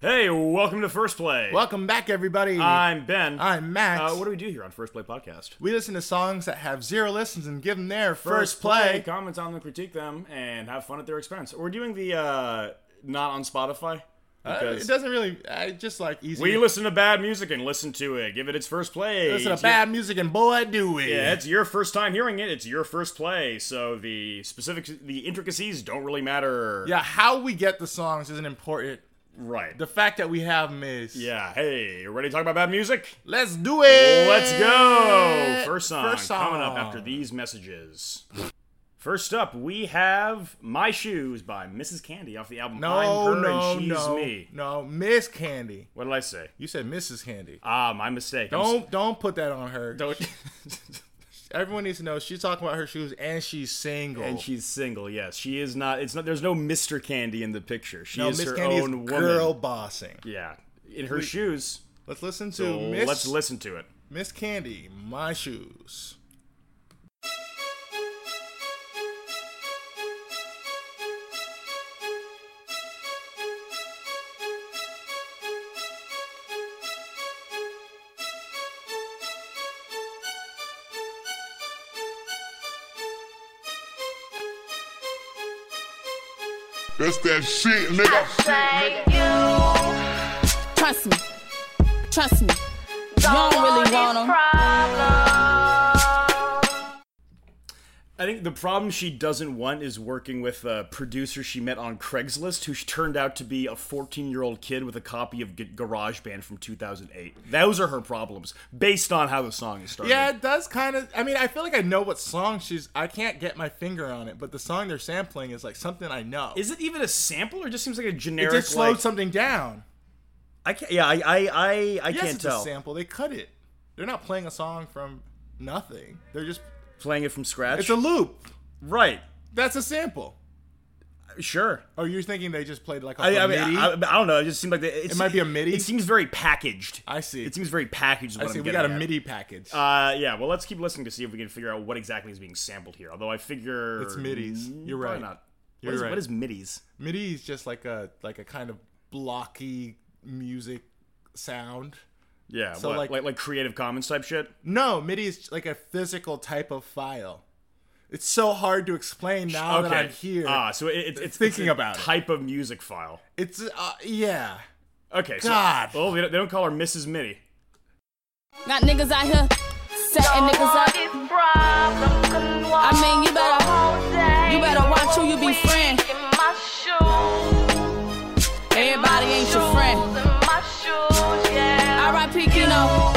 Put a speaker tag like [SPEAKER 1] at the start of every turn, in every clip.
[SPEAKER 1] Hey, welcome to First Play.
[SPEAKER 2] Welcome back, everybody.
[SPEAKER 1] I'm Ben.
[SPEAKER 2] I'm Max.
[SPEAKER 1] Uh, what do we do here on First Play Podcast?
[SPEAKER 2] we listen to songs that have zero listens and give them their first, play.
[SPEAKER 1] Comments on them, critique them, and have fun at their expense. We're doing the uh, not on Spotify.
[SPEAKER 2] Uh, it
[SPEAKER 1] Because
[SPEAKER 2] doesn't really. I just like easy.
[SPEAKER 1] we listen to bad music and listen to it. Give it its first play.
[SPEAKER 2] listen
[SPEAKER 1] It's
[SPEAKER 2] to bad music, and boy, do we!
[SPEAKER 1] your- Yeah, it's your first time hearing it. It's your first play, so the specific, the intricacies don't really matter.
[SPEAKER 2] Yeah, how we get the songs isn't important.
[SPEAKER 1] Right.
[SPEAKER 2] The fact that we have them is.
[SPEAKER 1] yeah. Hey, you ready to talk about bad music?
[SPEAKER 2] Let's do it.
[SPEAKER 1] Let's go. First song,
[SPEAKER 2] First song.
[SPEAKER 1] coming up after these messages. First up, we have "My Shoes" by Mrs. Candy off the album
[SPEAKER 2] No,
[SPEAKER 1] "I'm Her
[SPEAKER 2] no,
[SPEAKER 1] and She's
[SPEAKER 2] no,
[SPEAKER 1] Me."
[SPEAKER 2] no. Miss Candy.
[SPEAKER 1] What did I say?
[SPEAKER 2] You said Mrs. Candy.
[SPEAKER 1] Ah, my mistake. I'm s-
[SPEAKER 2] Don't don't put that on her.
[SPEAKER 1] don't.
[SPEAKER 2] Everyone needs to know she's talking about her shoes and she's single.
[SPEAKER 1] and she's single. Yes, she is not. It's not. There's no Mr. Candy in the picture. She
[SPEAKER 2] no,
[SPEAKER 1] is
[SPEAKER 2] Miss
[SPEAKER 1] her
[SPEAKER 2] Candy
[SPEAKER 1] own
[SPEAKER 2] is
[SPEAKER 1] woman.
[SPEAKER 2] girl bossing.
[SPEAKER 1] Yeah, in her shoes.
[SPEAKER 2] Let's listen to
[SPEAKER 1] So
[SPEAKER 2] Miss
[SPEAKER 1] let's listen to it.
[SPEAKER 2] Miss Candy, my shoes.
[SPEAKER 3] That's that shit, nigga.
[SPEAKER 4] Trust me. Trust me. You don't really want 'em.
[SPEAKER 1] I think the problem she doesn't want is working with a producer she met on Craigslist, who she turned out to be a 14 year old kid with a copy of G- GarageBand from 2008. Those are her problems, based on how the song is started.
[SPEAKER 2] Yeah, it does kind of. I mean, I feel like I know what song she's. I can't get my finger on it, but the song they're sampling is like something I know.
[SPEAKER 1] Is it even a sample, or it just seems like a
[SPEAKER 2] it
[SPEAKER 1] generic?
[SPEAKER 2] just slowed
[SPEAKER 1] like,
[SPEAKER 2] something down.
[SPEAKER 1] I can't. Yeah, I, I, I, I
[SPEAKER 2] Yes,
[SPEAKER 1] can't
[SPEAKER 2] it's
[SPEAKER 1] tell.
[SPEAKER 2] a sample. They cut it. They're not playing a song from nothing. They're just.
[SPEAKER 1] Playing it from scratch.
[SPEAKER 2] It's a loop.
[SPEAKER 1] right.
[SPEAKER 2] That's a sample.
[SPEAKER 1] Sure.
[SPEAKER 2] Oh, you're thinking they just played like a
[SPEAKER 1] I, I, mean,
[SPEAKER 2] MIDI?
[SPEAKER 1] I, I don't know. It just seemed like the, it's-
[SPEAKER 2] It might be a MIDI?
[SPEAKER 1] It seems very packaged.
[SPEAKER 2] I see.
[SPEAKER 1] It seems very packaged. Is
[SPEAKER 2] I
[SPEAKER 1] what
[SPEAKER 2] see.
[SPEAKER 1] I'm
[SPEAKER 2] We
[SPEAKER 1] getting
[SPEAKER 2] got a
[SPEAKER 1] at.
[SPEAKER 2] MIDI package.
[SPEAKER 1] Uh, yeah. Well, let's keep listening to see if we can figure out what exactly is being sampled here. Although I figure Mm,
[SPEAKER 2] It's midis. You're
[SPEAKER 1] Probably
[SPEAKER 2] right.
[SPEAKER 1] Not.
[SPEAKER 2] You're
[SPEAKER 1] what is,
[SPEAKER 2] right.
[SPEAKER 1] What is midis?
[SPEAKER 2] MIDI is just like a like a kind of blocky music sound.
[SPEAKER 1] Yeah.
[SPEAKER 2] So,
[SPEAKER 1] what?
[SPEAKER 2] like-
[SPEAKER 1] Like, like Creative Commons type shit.
[SPEAKER 2] No, MIDI is like a physical type of file. It's so hard to explain now that I'm here.
[SPEAKER 1] Ah, so it, it's it's
[SPEAKER 2] Thinking
[SPEAKER 1] it's a
[SPEAKER 2] about it.
[SPEAKER 1] type of music file.
[SPEAKER 2] it's uh, yeah.
[SPEAKER 1] Okay.
[SPEAKER 2] God.
[SPEAKER 1] So, well, they don't, they don't call her Mrs. Midi.
[SPEAKER 4] Got niggas out here setting niggas up.
[SPEAKER 5] I mean, you better, you better watch who you be friend.
[SPEAKER 4] Everybody ain't your friend.
[SPEAKER 5] Alright,
[SPEAKER 4] R.I.P. Keno.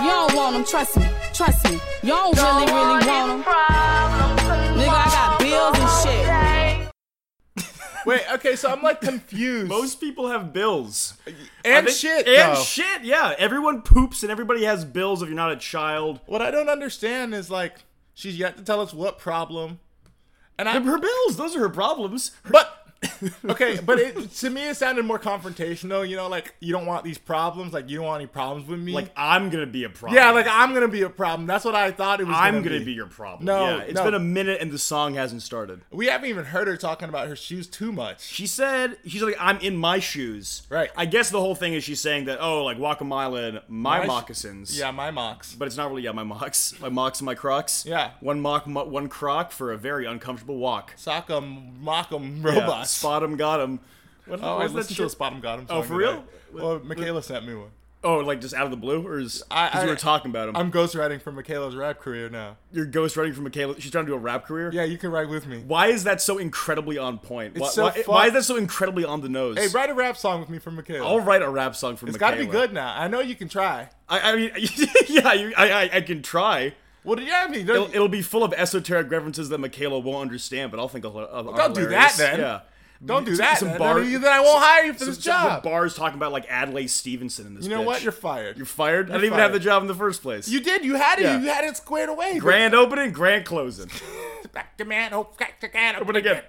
[SPEAKER 4] You don't want 'em, Trust me. Trust me. You don't really, really want 'em.
[SPEAKER 5] Nigga, I got bills and shit.
[SPEAKER 2] Wait, okay, so I'm like confused.
[SPEAKER 1] Most people have bills.
[SPEAKER 2] and
[SPEAKER 1] I think-
[SPEAKER 2] shit.
[SPEAKER 1] And
[SPEAKER 2] though.
[SPEAKER 1] shit. Yeah. Everyone poops and everybody has bills. If you're not a child,
[SPEAKER 2] What I don't understand is like she's yet to tell us what problem. And I
[SPEAKER 1] her bills. Those are her problems.
[SPEAKER 2] but okay, but it, to me it sounded more confrontational, you know, like you don't want these problems, like you don't want any problems with me.
[SPEAKER 1] Like I'm gonna be a problem.
[SPEAKER 2] yeah, like I'm going to be a problem. That's what I thought it was
[SPEAKER 1] I'm
[SPEAKER 2] gonna
[SPEAKER 1] gonna be your problem.
[SPEAKER 2] No,
[SPEAKER 1] yeah, It's
[SPEAKER 2] no.
[SPEAKER 1] been a minute and the song hasn't started.
[SPEAKER 2] We haven't even heard her talking about her shoes too much.
[SPEAKER 1] She said she's like I'm in my shoes.
[SPEAKER 2] Right.
[SPEAKER 1] I guess the whole thing is she's saying that oh like walk a mile in my,
[SPEAKER 2] My sh-
[SPEAKER 1] moccasins.
[SPEAKER 2] Yeah, my mocks.
[SPEAKER 1] But it's not really yeah my mocks my mocks and my crocs.
[SPEAKER 2] Yeah.
[SPEAKER 1] One mock mo- one croc for a very uncomfortable walk.
[SPEAKER 2] Sock 'em, mock 'em,
[SPEAKER 1] Yeah,
[SPEAKER 2] robots.
[SPEAKER 1] Spot 'em, got 'em. What,
[SPEAKER 2] oh, I
[SPEAKER 1] what's that
[SPEAKER 2] listened to a
[SPEAKER 1] shit?
[SPEAKER 2] Spot 'em Got 'em
[SPEAKER 1] Oh,
[SPEAKER 2] song
[SPEAKER 1] for real?
[SPEAKER 2] today. Well, Michaela sent me one.
[SPEAKER 1] Oh, like just out of the blue, or is
[SPEAKER 2] I-
[SPEAKER 1] because we
[SPEAKER 2] I-
[SPEAKER 1] were talking about him?
[SPEAKER 2] I'm ghostwriting for Michaela's rap career now.
[SPEAKER 1] You're ghostwriting for Michaela. She's trying to do a rap career.
[SPEAKER 2] Yeah, you can write with me.
[SPEAKER 1] Why is that so incredibly on point?
[SPEAKER 2] It's
[SPEAKER 1] why,
[SPEAKER 2] so
[SPEAKER 1] why-
[SPEAKER 2] fun-
[SPEAKER 1] why is that so incredibly on the nose?
[SPEAKER 2] Hey, write a rap song with me for Michaela.
[SPEAKER 1] I'll write a rap song for
[SPEAKER 2] It's
[SPEAKER 1] Michaela.
[SPEAKER 2] got to be good now. I know you can try.
[SPEAKER 1] I, I mean, yeah, you, I, I, I can try.
[SPEAKER 2] Well, yeah, I mean,
[SPEAKER 1] It'll, it'll be full of esoteric references that Michaela won't understand, but I'll think of. of well,
[SPEAKER 2] don't do that, then.
[SPEAKER 1] Yeah.
[SPEAKER 2] don't do
[SPEAKER 1] some-
[SPEAKER 2] that.
[SPEAKER 1] some
[SPEAKER 2] Some
[SPEAKER 1] bar-
[SPEAKER 2] then I won't hire you for
[SPEAKER 1] Some-
[SPEAKER 2] this
[SPEAKER 1] some
[SPEAKER 2] job.
[SPEAKER 1] bars talking about like Adlai Stevenson in this.
[SPEAKER 2] you know
[SPEAKER 1] bitch.
[SPEAKER 2] what? You're fired.
[SPEAKER 1] You're fired. I
[SPEAKER 2] You're
[SPEAKER 1] didn't even have
[SPEAKER 2] fired.
[SPEAKER 1] the job in the first place.
[SPEAKER 2] you did. You had it.
[SPEAKER 1] Yeah.
[SPEAKER 2] You had it squared away.
[SPEAKER 1] grand opening, grand closing.
[SPEAKER 2] Back to man. Oh, back to man.
[SPEAKER 1] Open again.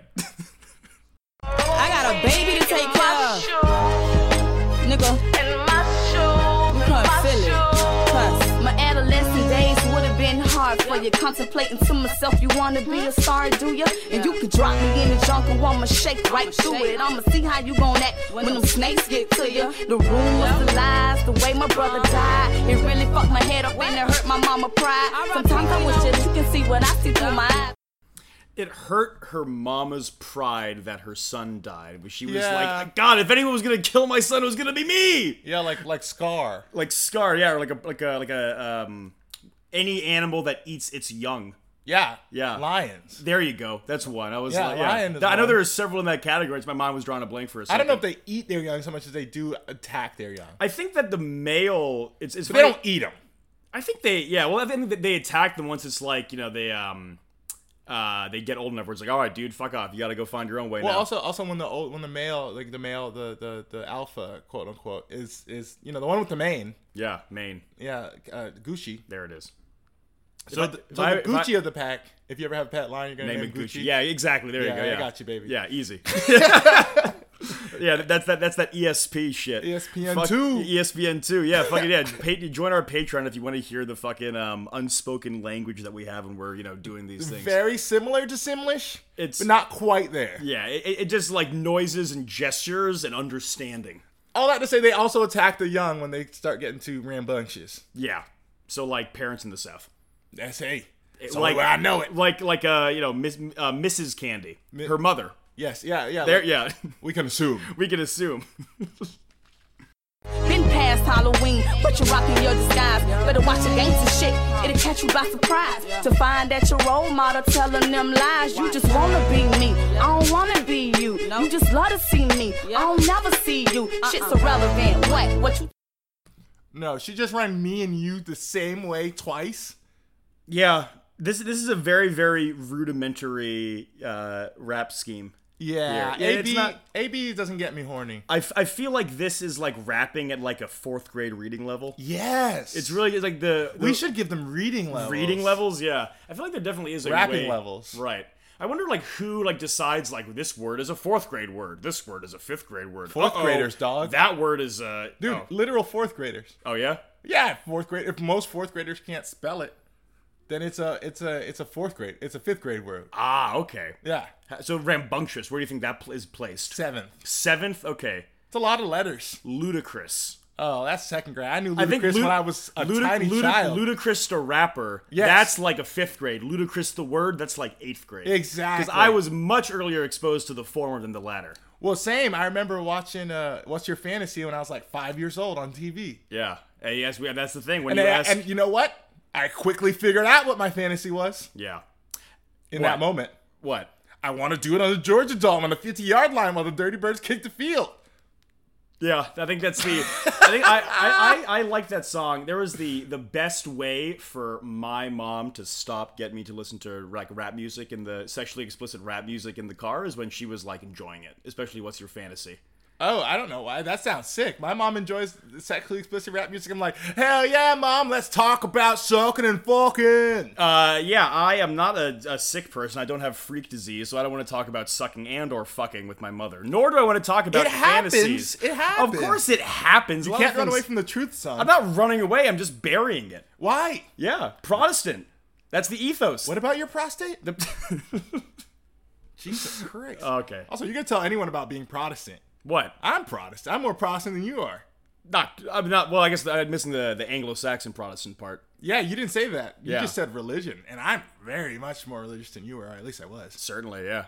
[SPEAKER 4] I got a baby to take care of. Nigga. You couldn't feel it. Trust.
[SPEAKER 5] My adolescent days would have been hard
[SPEAKER 4] cards for you. Contemplating to myself, you wanna be a star, do ya? And you can drop me in the junk and I'ma shake right through it. I'ma see how you gon' act when them snakes get to ya. The rumors, the lies, the way my brother died. It really fucked my head up and it hurt my mama pride. Sometimes I wish that you can see what I see through my eyes
[SPEAKER 1] it hurt her mama's pride that her son died. She was
[SPEAKER 2] Yeah.
[SPEAKER 1] like, God, if anyone was gonna kill my son, it was gonna be me.
[SPEAKER 2] Yeah, like like Scar.
[SPEAKER 1] Like Scar, yeah, or like a like a like a um, any animal that eats its young.
[SPEAKER 2] Yeah.
[SPEAKER 1] Yeah.
[SPEAKER 2] Lions.
[SPEAKER 1] There you go. That's one. I was
[SPEAKER 2] Yeah,
[SPEAKER 1] like,
[SPEAKER 2] lion is
[SPEAKER 1] I know
[SPEAKER 2] one.
[SPEAKER 1] there are several in that category. It's- My mind was drawing a blank for a
[SPEAKER 2] I
[SPEAKER 1] second.
[SPEAKER 2] don't know if they eat their young so much as they do attack their young.
[SPEAKER 1] I think that the male. It's, it's
[SPEAKER 2] But they
[SPEAKER 1] funny-
[SPEAKER 2] don't eat them.
[SPEAKER 1] I think they yeah. Well, I think that they attack them once it's like you know they um uh they get old enough where it's like all right, dude, fuck off. You got to go find your own way
[SPEAKER 2] Well,
[SPEAKER 1] now.
[SPEAKER 2] also, also when the old, when the male, like the male, the the the alpha, quote unquote, is is you know the one with the mane,
[SPEAKER 1] yeah, Maine.
[SPEAKER 2] yeah, uh, Gucci.
[SPEAKER 1] There it is.
[SPEAKER 2] So,
[SPEAKER 1] If I-
[SPEAKER 2] the,
[SPEAKER 1] if
[SPEAKER 2] so
[SPEAKER 1] I-
[SPEAKER 2] the
[SPEAKER 1] if I-
[SPEAKER 2] Gucci of the pack. If you ever have a pet lion, you're gonna
[SPEAKER 1] Name
[SPEAKER 2] name,
[SPEAKER 1] it
[SPEAKER 2] Gucci.
[SPEAKER 1] Gucci. Yeah, exactly. There
[SPEAKER 2] Yeah,
[SPEAKER 1] you go.
[SPEAKER 2] I
[SPEAKER 1] Yeah,
[SPEAKER 2] got you, baby.
[SPEAKER 1] Yeah, easy. yeah, that's that. That's that ESP shit.
[SPEAKER 2] ESPN
[SPEAKER 1] Fuck- E
[SPEAKER 2] two.
[SPEAKER 1] ESPN two. Yeah, fucking yeah. Pa- join our Patreon if you want to hear the fucking um, unspoken language that we have when we're you know doing these things.
[SPEAKER 2] Very similar to Simlish.
[SPEAKER 1] It's-
[SPEAKER 2] but not quite there.
[SPEAKER 1] yeah, it, it it just like noises and gestures and understanding.
[SPEAKER 2] All that to say, they also attack the young when they start getting too rambunctious.
[SPEAKER 1] Yeah. So like parents in the south.
[SPEAKER 2] That's hey. It's
[SPEAKER 1] like
[SPEAKER 2] like I know it.
[SPEAKER 1] Like like uh you know Miss, uh, Mrs. Candy,
[SPEAKER 2] Mi-
[SPEAKER 1] her mother.
[SPEAKER 2] Yes. Yeah. Yeah.
[SPEAKER 1] There
[SPEAKER 2] like,
[SPEAKER 1] yeah,
[SPEAKER 2] We can assume.
[SPEAKER 1] we can assume.
[SPEAKER 4] Been past Halloween, but you're rocking your disguise. Better watch the gangster shit, it'll catch you by surprise. To find that your role model telling them lies. You just wanna be me, I don't wanna be you. You just love to see me, I don't never see you. Shit's irrelevant, what? What you
[SPEAKER 2] No, she just ran me and you the same way twice.
[SPEAKER 1] yeah. This this is a very very rudimentary uh rap scheme.
[SPEAKER 2] Yeah.
[SPEAKER 1] Yeah, it's
[SPEAKER 2] AB
[SPEAKER 1] not-
[SPEAKER 2] AB doesn't get me horny.
[SPEAKER 1] I, f- I feel like this is like rapping at like a 4th grade reading level.
[SPEAKER 2] Yes.
[SPEAKER 1] It's really it's like the, the
[SPEAKER 2] We should give them reading levels.
[SPEAKER 1] reading levels, yeah. I feel like there definitely is a
[SPEAKER 2] Rapping
[SPEAKER 1] way-
[SPEAKER 2] levels.
[SPEAKER 1] Right. I wonder like who like decides like this word is a 4th grade word. This word is a 5th grade word.
[SPEAKER 2] Fourth
[SPEAKER 1] Uh-oh,
[SPEAKER 2] graders, dog.
[SPEAKER 1] That word is uh
[SPEAKER 2] Dude,
[SPEAKER 1] oh.
[SPEAKER 2] literal fourth graders.
[SPEAKER 1] Oh, yeah.
[SPEAKER 2] Yeah, fourth grade. If most fourth graders can't spell it, then it's a it's a it's a fourth grade. It's a fifth grade word.
[SPEAKER 1] Ah, okay.
[SPEAKER 2] Yeah,
[SPEAKER 1] So rambunctious. Where do you think that pl- is placed?
[SPEAKER 2] seventh.
[SPEAKER 1] Seventh. Okay.
[SPEAKER 2] It's a lot of letters.
[SPEAKER 1] Ludicrous.
[SPEAKER 2] Oh, that's second grade. I knew
[SPEAKER 1] I think
[SPEAKER 2] ludicrous
[SPEAKER 1] lud-
[SPEAKER 2] when I was a
[SPEAKER 1] ludic-
[SPEAKER 2] tiny
[SPEAKER 1] ludic-
[SPEAKER 2] child.
[SPEAKER 1] Ludicrous the rapper.
[SPEAKER 2] Yes.
[SPEAKER 1] That's like a fifth grade. Ludicrous the word. That's like eighth grade.
[SPEAKER 2] Exactly.
[SPEAKER 1] Because I was much earlier exposed to the former than the latter.
[SPEAKER 2] well, same. I remember watching uh, "What's Your Fantasy" when I was like five years old on TV.
[SPEAKER 1] Yeah. And yes, we, that's the thing. When
[SPEAKER 2] And
[SPEAKER 1] you
[SPEAKER 2] I-
[SPEAKER 1] ask.
[SPEAKER 2] and you know what? I quickly figured out what my fantasy was
[SPEAKER 1] yeah.
[SPEAKER 2] in
[SPEAKER 1] What?
[SPEAKER 2] that moment.
[SPEAKER 1] What?
[SPEAKER 2] I want to do it on the Georgia Dome on the 50 yard line while the Dirty Birds kick the field.
[SPEAKER 1] Yeah, I think that's the. I think I I, I I like that song. There was the the best way for my mom to stop get me to listen to like rap music and the sexually explicit rap music in the car is when she was like enjoying it, especially "What's Your Fantasy."
[SPEAKER 2] Oh, I don't know why. That sounds sick. My mom enjoys sexually explicit rap music. I'm like, hell yeah, mom, let's talk about sucking and fucking.
[SPEAKER 1] Uh, yeah, I am not a, a sick person. I don't have freak disease, so I don't want to talk about sucking and or fucking with my mother. Nor do I want to talk about
[SPEAKER 2] It happens.
[SPEAKER 1] fantasies.
[SPEAKER 2] It happens.
[SPEAKER 1] Of course, it happens.
[SPEAKER 2] you can't run away from the truth, son.
[SPEAKER 1] I'm not running away. I'm just burying it.
[SPEAKER 2] why?
[SPEAKER 1] Yeah, Protestant. That's the ethos.
[SPEAKER 2] What about your prostate?
[SPEAKER 1] The-
[SPEAKER 2] Jesus Christ.
[SPEAKER 1] okay.
[SPEAKER 2] also, you can tell anyone about being Protestant.
[SPEAKER 1] What?
[SPEAKER 2] I'm Protestant. I'm more Protestant than you are.
[SPEAKER 1] Not. I'm not. Well, I guess I'm missing the the Anglo-Saxon Protestant part.
[SPEAKER 2] Yeah, you didn't say that. You
[SPEAKER 1] Yeah.
[SPEAKER 2] just said religion, and I'm very much more religious than you were. Or at least I was.
[SPEAKER 1] Certainly, yeah.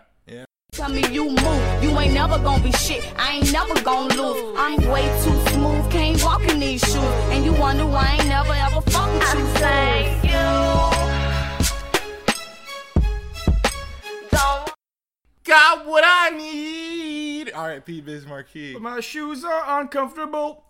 [SPEAKER 4] Tell me you move, you ain't never gonna be shit. I ain't never gonna lose. I'm way too smooth, can't walk in these shoes. And you wonder why I ain't never ever fuck with you.
[SPEAKER 5] Thank you. Don't
[SPEAKER 2] Got what I need. R.I.P. Biz Marquee.
[SPEAKER 1] My shoes are uncomfortable.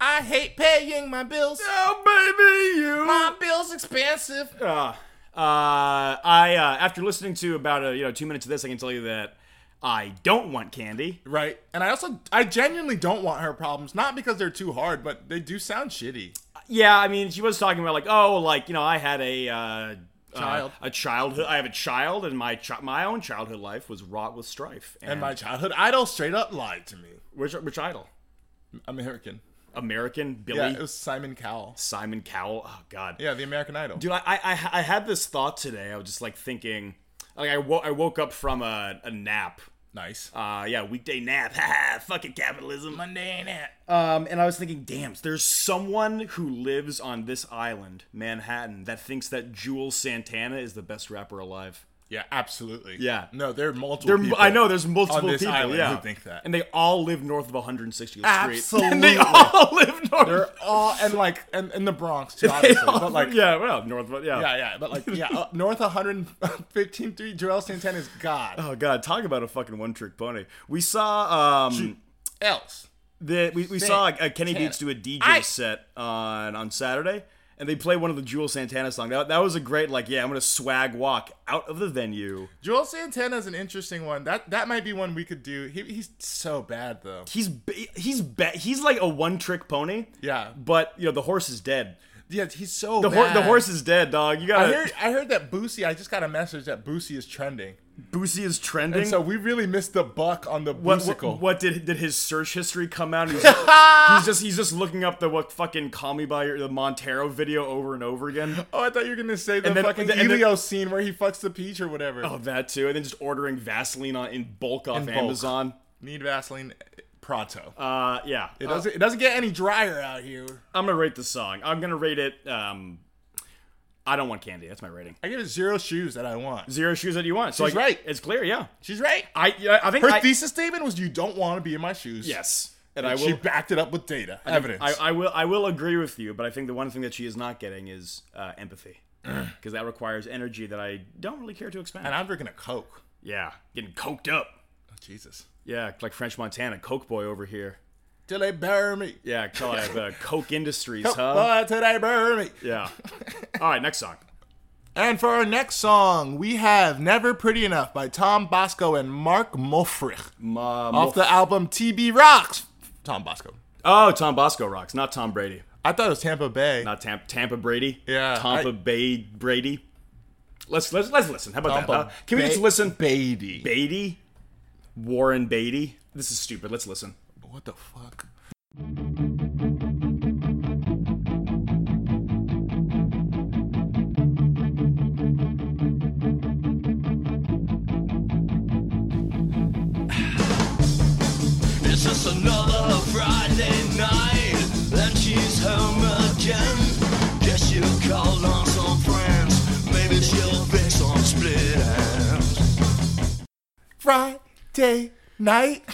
[SPEAKER 2] I hate paying my bills.
[SPEAKER 1] Oh, baby, you.
[SPEAKER 2] My bills expensive.
[SPEAKER 1] Uh, uh, I uh, after listening to about uh, you know two minutes of this, I can tell you that I don't want candy.
[SPEAKER 2] Right. And I also I genuinely don't want her problems, not because they're too hard, but they do sound shitty.
[SPEAKER 1] Yeah, I mean, she was talking about like, oh, like you know, I had a uh,
[SPEAKER 2] Child.
[SPEAKER 1] uh, a childhood. I have a child, and my chi- my own childhood life was wrought with strife.
[SPEAKER 2] And my childhood idol straight up lied to me.
[SPEAKER 1] which which idol?
[SPEAKER 2] American.
[SPEAKER 1] American Billy
[SPEAKER 2] Yeah, it was Simon Cowell.
[SPEAKER 1] Simon Cowell. Oh God,
[SPEAKER 2] Yeah, the American Idol.
[SPEAKER 1] dude. I, I I- I had this thought today. I was just like thinking, like I wo- I woke up from a, a nap.
[SPEAKER 2] nice.
[SPEAKER 1] Uh, yeah, weekday nap. Ha Fucking capitalism.
[SPEAKER 2] Monday night.
[SPEAKER 1] Um, and I was thinking, damn, there's someone who lives on this island, Manhattan, that thinks that Jules Santana is the best rapper alive.
[SPEAKER 2] Yeah, absolutely.
[SPEAKER 1] Yeah.
[SPEAKER 2] No, there are multiple.
[SPEAKER 1] There,
[SPEAKER 2] people
[SPEAKER 1] I know there's multiple
[SPEAKER 2] on this
[SPEAKER 1] people
[SPEAKER 2] island
[SPEAKER 1] yeah,
[SPEAKER 2] who think that.
[SPEAKER 1] and they all live north of 160th Street. and
[SPEAKER 2] Absolutely.
[SPEAKER 1] they all live north.
[SPEAKER 2] They're all and like and in the Bronx too,
[SPEAKER 1] they
[SPEAKER 2] obviously.
[SPEAKER 1] all-
[SPEAKER 2] but like
[SPEAKER 1] yeah, well, north. Yeah,
[SPEAKER 2] yeah, yeah, but like yeah, up north 115 3 Joel Santana is God.
[SPEAKER 1] Oh god, talk about a fucking one-trick pony. We saw um
[SPEAKER 2] Else.
[SPEAKER 1] the we, we
[SPEAKER 2] Shit.
[SPEAKER 1] saw uh, Kenny
[SPEAKER 2] Santana.
[SPEAKER 1] Beats do a DJ
[SPEAKER 2] I-
[SPEAKER 1] set on on Saturday, and they played one of the Jules Santana songs. That, that was a great like, yeah, I'm gonna swag walk out of the venue.
[SPEAKER 2] Joel Santana is an interesting one. That that might be one we could do. He, he's so bad though.
[SPEAKER 1] He's ba- he's ba- he's like a one-trick pony.
[SPEAKER 2] Yeah.
[SPEAKER 1] but you know the horse is dead.
[SPEAKER 2] Yeah, he's so
[SPEAKER 1] The, hor-
[SPEAKER 2] bad.
[SPEAKER 1] the horse is dead, dog. You
[SPEAKER 2] I
[SPEAKER 1] gotta.
[SPEAKER 2] heard, I heard that Boosie. I just got a message that Boosie is trending,
[SPEAKER 1] Boosie is trending.
[SPEAKER 2] and so we really missed the buck on the
[SPEAKER 1] what,
[SPEAKER 2] Boosicle.
[SPEAKER 1] what, what did did his search history come out? He's, he's just he's just looking up the what fucking "Call Me by Your" the Montero video over and over again.
[SPEAKER 2] Oh, I thought you were gonna say the
[SPEAKER 1] And then-
[SPEAKER 2] fucking
[SPEAKER 1] and then- and then-
[SPEAKER 2] Elio scene where he fucks the peach or whatever.
[SPEAKER 1] Oh, that too, and then just ordering Vaseline on in bulk off
[SPEAKER 2] In bulk.
[SPEAKER 1] Amazon.
[SPEAKER 2] Need Vaseline eh, pronto.
[SPEAKER 1] Uh, yeah.
[SPEAKER 2] it doesn't. it doesn't get any drier out here.
[SPEAKER 1] I'm gonna rate the song. I'm gonna rate it. Um, I don't want candy. That's my rating.
[SPEAKER 2] I give it zero shoes that I want.
[SPEAKER 1] Zero shoes that you want. So
[SPEAKER 2] She's
[SPEAKER 1] I-
[SPEAKER 2] right.
[SPEAKER 1] It's clear. Yeah.
[SPEAKER 2] She's right.
[SPEAKER 1] I yeah, I think
[SPEAKER 2] Her
[SPEAKER 1] I,
[SPEAKER 2] thesis statement was, "You don't want to be in my shoes."
[SPEAKER 1] yes, and,
[SPEAKER 2] and
[SPEAKER 1] I
[SPEAKER 2] She
[SPEAKER 1] will.
[SPEAKER 2] backed it up with data, evidence.
[SPEAKER 1] I, I will. I will agree with you, but I think the one thing that she is not getting is uh, empathy, because that requires energy that I don't really care to expend.
[SPEAKER 2] and I'm drinking a Coke.
[SPEAKER 1] yeah, getting coked up.
[SPEAKER 2] Oh, Jesus.
[SPEAKER 1] Yeah, like French Montana, Coke boy over here.
[SPEAKER 2] Till they bury me.
[SPEAKER 1] Yeah, call it uh, Coke Industries, huh?
[SPEAKER 2] Boy, till they bury me.
[SPEAKER 1] Yeah. All right, next song.
[SPEAKER 2] And for our next song, we have "Never Pretty Enough" by Tom Bosco and Mark Mofrich off the album TB Rocks. Tom Bosco.
[SPEAKER 1] Oh, Tom Bosco rocks, not Tom Brady.
[SPEAKER 2] I thought it was Tampa Bay.
[SPEAKER 1] Not Tampa, Uh, Tampa Brady.
[SPEAKER 2] Yeah,
[SPEAKER 1] Tampa
[SPEAKER 2] I-
[SPEAKER 1] Bay Brady. Let's let's let's listen. How about that?
[SPEAKER 2] Tampa
[SPEAKER 1] huh? Can we
[SPEAKER 2] Bay-
[SPEAKER 1] just listen?
[SPEAKER 2] Beatty.
[SPEAKER 1] Beatty, Warren Beatty. This is stupid. Let's listen.
[SPEAKER 2] What the fuck?
[SPEAKER 6] It's just another Friday night, and she's home again. Guess she'll call on some friends, maybe she'll fix some split ends.
[SPEAKER 2] Friday night.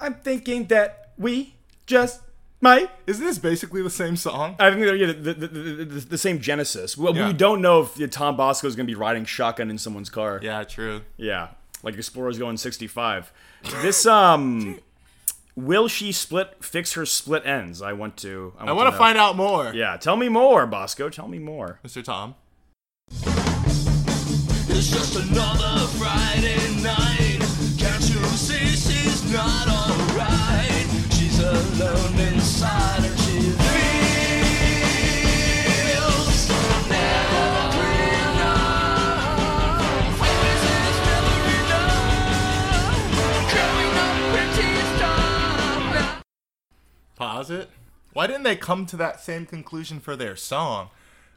[SPEAKER 1] I'm thinking that we just might.
[SPEAKER 2] Isn't this basically the same song?
[SPEAKER 1] I think they're yeah, the, the, the, the, the same genesis. Well,
[SPEAKER 2] Yeah.
[SPEAKER 1] we don't know if uh, Tom Bosco is going to be riding shotgun in someone's car.
[SPEAKER 2] Yeah, true.
[SPEAKER 1] Yeah, like Explorer's going 65. This um, will she split? Fix her split ends. I want to. I want,
[SPEAKER 2] I want
[SPEAKER 1] to
[SPEAKER 2] to find out more,
[SPEAKER 1] Yeah, tell me more, Bosco. Tell me more.
[SPEAKER 2] Mr. Tom.
[SPEAKER 6] It's just another Friday night. Can't you see she's not alright? She's alone inside, and she feels never pretty enough. Always is never enough. Growing up pretty stuff.
[SPEAKER 2] Pause it. Why didn't they come to that same conclusion for their song?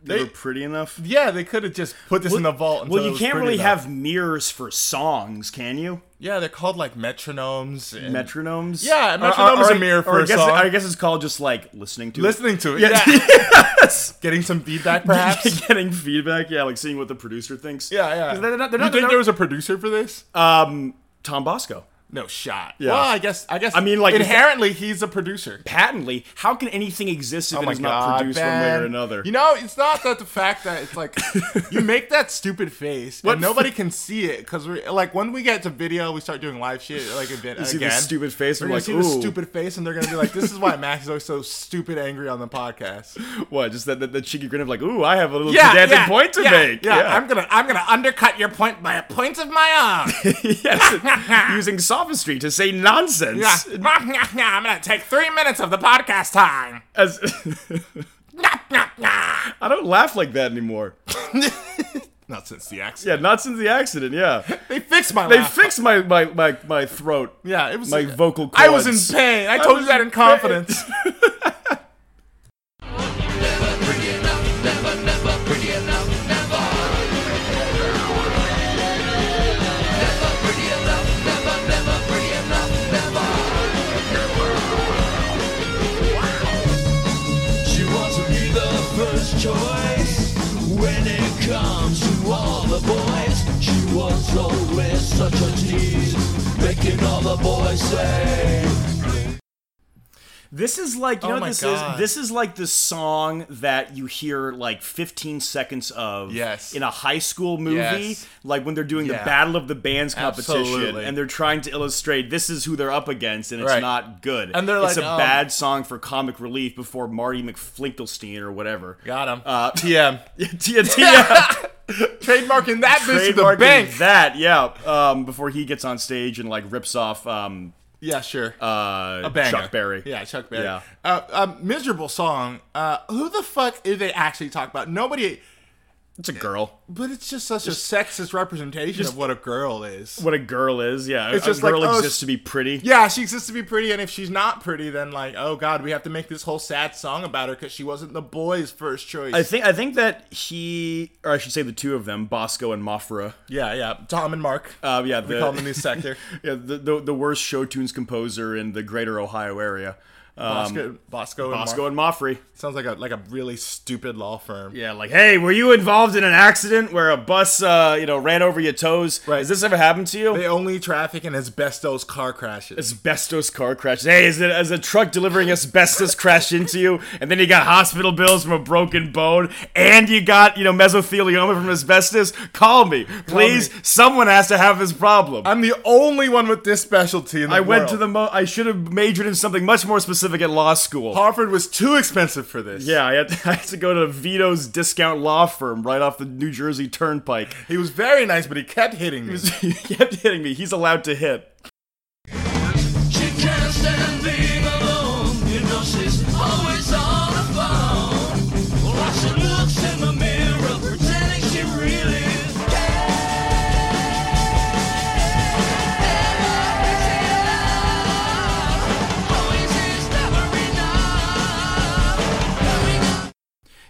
[SPEAKER 1] They
[SPEAKER 2] They-
[SPEAKER 1] were pretty enough.
[SPEAKER 2] Yeah, they could have just put this in the vault. Until
[SPEAKER 1] Well,
[SPEAKER 2] it
[SPEAKER 1] you
[SPEAKER 2] was
[SPEAKER 1] can't
[SPEAKER 2] pretty
[SPEAKER 1] really
[SPEAKER 2] enough.
[SPEAKER 1] have mirrors for songs, can you?
[SPEAKER 2] Yeah, they're called like metronomes. And
[SPEAKER 1] Metronomes.
[SPEAKER 2] Yeah,
[SPEAKER 1] Or-
[SPEAKER 2] metronome's
[SPEAKER 1] or- or-
[SPEAKER 2] a mirror for
[SPEAKER 1] or I
[SPEAKER 2] a
[SPEAKER 1] guess,
[SPEAKER 2] song.
[SPEAKER 1] I guess it's called just like listening to it.
[SPEAKER 2] Listening to it. Yeah. Getting some feedback, perhaps.
[SPEAKER 1] Getting feedback, yeah, like seeing what the producer thinks.
[SPEAKER 2] yeah, yeah.
[SPEAKER 1] 'Cause They're not, they're
[SPEAKER 2] you
[SPEAKER 1] not, they're
[SPEAKER 2] think
[SPEAKER 1] not-
[SPEAKER 2] there was a producer for this? Uh,
[SPEAKER 1] um Tom Bosco.
[SPEAKER 2] no shot. Yeah. Well, I guess. I guess.
[SPEAKER 1] I mean, like-
[SPEAKER 2] inherently, he's a producer. Oh
[SPEAKER 1] patently, how can anything exist if it is not produced one way
[SPEAKER 2] Ben.
[SPEAKER 1] or another?
[SPEAKER 2] You know, it's not that the fact that it's like you make that stupid face,
[SPEAKER 1] What
[SPEAKER 2] but nobody can see it because we're like when we get to video, we start doing live shit like event
[SPEAKER 1] You see
[SPEAKER 2] again.
[SPEAKER 1] this stupid face,
[SPEAKER 2] We're
[SPEAKER 1] and
[SPEAKER 2] gonna
[SPEAKER 1] we're
[SPEAKER 2] see
[SPEAKER 1] like,
[SPEAKER 2] the
[SPEAKER 1] "Ooh."
[SPEAKER 2] stupid face, and they're gonna be like, "This is why Max is always so stupid angry on the podcast."
[SPEAKER 1] what? Just that, that, that cheeky grin of like, ooh, I have a little
[SPEAKER 2] Yeah,
[SPEAKER 1] pedantic
[SPEAKER 2] yeah,
[SPEAKER 1] point to
[SPEAKER 2] yeah,
[SPEAKER 1] make.
[SPEAKER 2] Yeah, I'm gonna I'm gonna undercut your point by a point of my own.
[SPEAKER 1] yes, using sophistry to say nonsense.
[SPEAKER 2] yeah, I'm gonna take three minutes of the podcast time.
[SPEAKER 1] As, I don't laugh like that anymore.
[SPEAKER 2] Not since the
[SPEAKER 1] Yeah,
[SPEAKER 2] accident.
[SPEAKER 1] not since the accident. Yeah,
[SPEAKER 2] they fixed my.
[SPEAKER 1] they
[SPEAKER 2] laugh.
[SPEAKER 1] fixed my my my, my throat.
[SPEAKER 2] Yeah, it was
[SPEAKER 1] my vocal cords.
[SPEAKER 2] I was in pain. I told
[SPEAKER 1] was
[SPEAKER 2] you that
[SPEAKER 1] in
[SPEAKER 2] in confidence.
[SPEAKER 6] control is such a tease, making all the boys say.
[SPEAKER 1] This is like you
[SPEAKER 2] Oh
[SPEAKER 1] know what
[SPEAKER 2] my
[SPEAKER 1] this
[SPEAKER 2] God.
[SPEAKER 1] is this is like the song that you hear like 15 seconds of
[SPEAKER 2] Yes.
[SPEAKER 1] in a high school movie
[SPEAKER 2] Yes.
[SPEAKER 1] like when they're doing the
[SPEAKER 2] Yeah.
[SPEAKER 1] battle of the bands competition
[SPEAKER 2] Absolutely.
[SPEAKER 1] and they're trying to illustrate this is who they're up against and it's
[SPEAKER 2] Right.
[SPEAKER 1] not good.
[SPEAKER 2] And they're
[SPEAKER 1] it's
[SPEAKER 2] like,
[SPEAKER 1] a
[SPEAKER 2] um,
[SPEAKER 1] bad song for comic relief before Marty McFlinkelstein or whatever.
[SPEAKER 2] Got him.
[SPEAKER 1] Uh,
[SPEAKER 2] TM.
[SPEAKER 1] TNT
[SPEAKER 2] Trademarking that bitch to the
[SPEAKER 1] trademarking
[SPEAKER 2] bank.
[SPEAKER 1] that yeah um, before he gets on stage and like rips off um,
[SPEAKER 2] yeah, sure.
[SPEAKER 1] uh,
[SPEAKER 2] a banger.
[SPEAKER 1] Chuck Berry.
[SPEAKER 2] Yeah, Chuck Berry.
[SPEAKER 1] Yeah.
[SPEAKER 2] Uh, a miserable song. Uh, who the fuck did they actually talk about? Nobody.
[SPEAKER 1] It's a girl.
[SPEAKER 2] But it's just such a sexist representation of what a girl is.
[SPEAKER 1] What a girl is, yeah.
[SPEAKER 2] It's
[SPEAKER 1] a
[SPEAKER 2] just like,
[SPEAKER 1] girl
[SPEAKER 2] oh,
[SPEAKER 1] exists
[SPEAKER 2] s-
[SPEAKER 1] to be pretty.
[SPEAKER 2] Yeah, she exists to be pretty, and if she's not pretty, then like, oh god, we have to make this whole sad song about her because she wasn't the boy's first choice.
[SPEAKER 1] I think I think that he, or I should say, the two of them, Bosco and Mafra.
[SPEAKER 2] yeah, yeah. Tom and Mark.
[SPEAKER 1] Uh, yeah, the,
[SPEAKER 2] we call them the new sector.
[SPEAKER 1] yeah, the, the the worst show tunes composer in the Greater Ohio area. Um,
[SPEAKER 2] Bosco, Bosco, and
[SPEAKER 1] Bosco
[SPEAKER 2] Mark.
[SPEAKER 1] and Mafra.
[SPEAKER 2] sounds like a like a really stupid law firm.
[SPEAKER 1] Yeah, like, hey, were you involved in an accident where a bus, uh, you know, ran over your toes?
[SPEAKER 2] Right.
[SPEAKER 1] Has this ever happened to you?
[SPEAKER 2] They only traffic in asbestos car crashes.
[SPEAKER 1] asbestos car crashes. Hey, is it as a truck delivering asbestos crashed into you, and then you got hospital bills from a broken bone, and you got you know mesothelioma from asbestos? Call me, please.
[SPEAKER 2] me.
[SPEAKER 1] Someone has to have this problem. i
[SPEAKER 2] I'm the only one with this specialty in the
[SPEAKER 1] went
[SPEAKER 2] world.
[SPEAKER 1] to the. Mo- I should have majored in something much more specific at law school.
[SPEAKER 2] Harvard was too expensive for this.
[SPEAKER 1] yeah, I had, I had to go to Vito's discount law firm right off the New Jersey Turnpike.
[SPEAKER 2] He was very nice, but he kept hitting me.
[SPEAKER 1] he kept hitting me. He's allowed to hit.
[SPEAKER 6] She can't stand being alone. You know she's always on the phone. While she looks in the mirror, pretending she really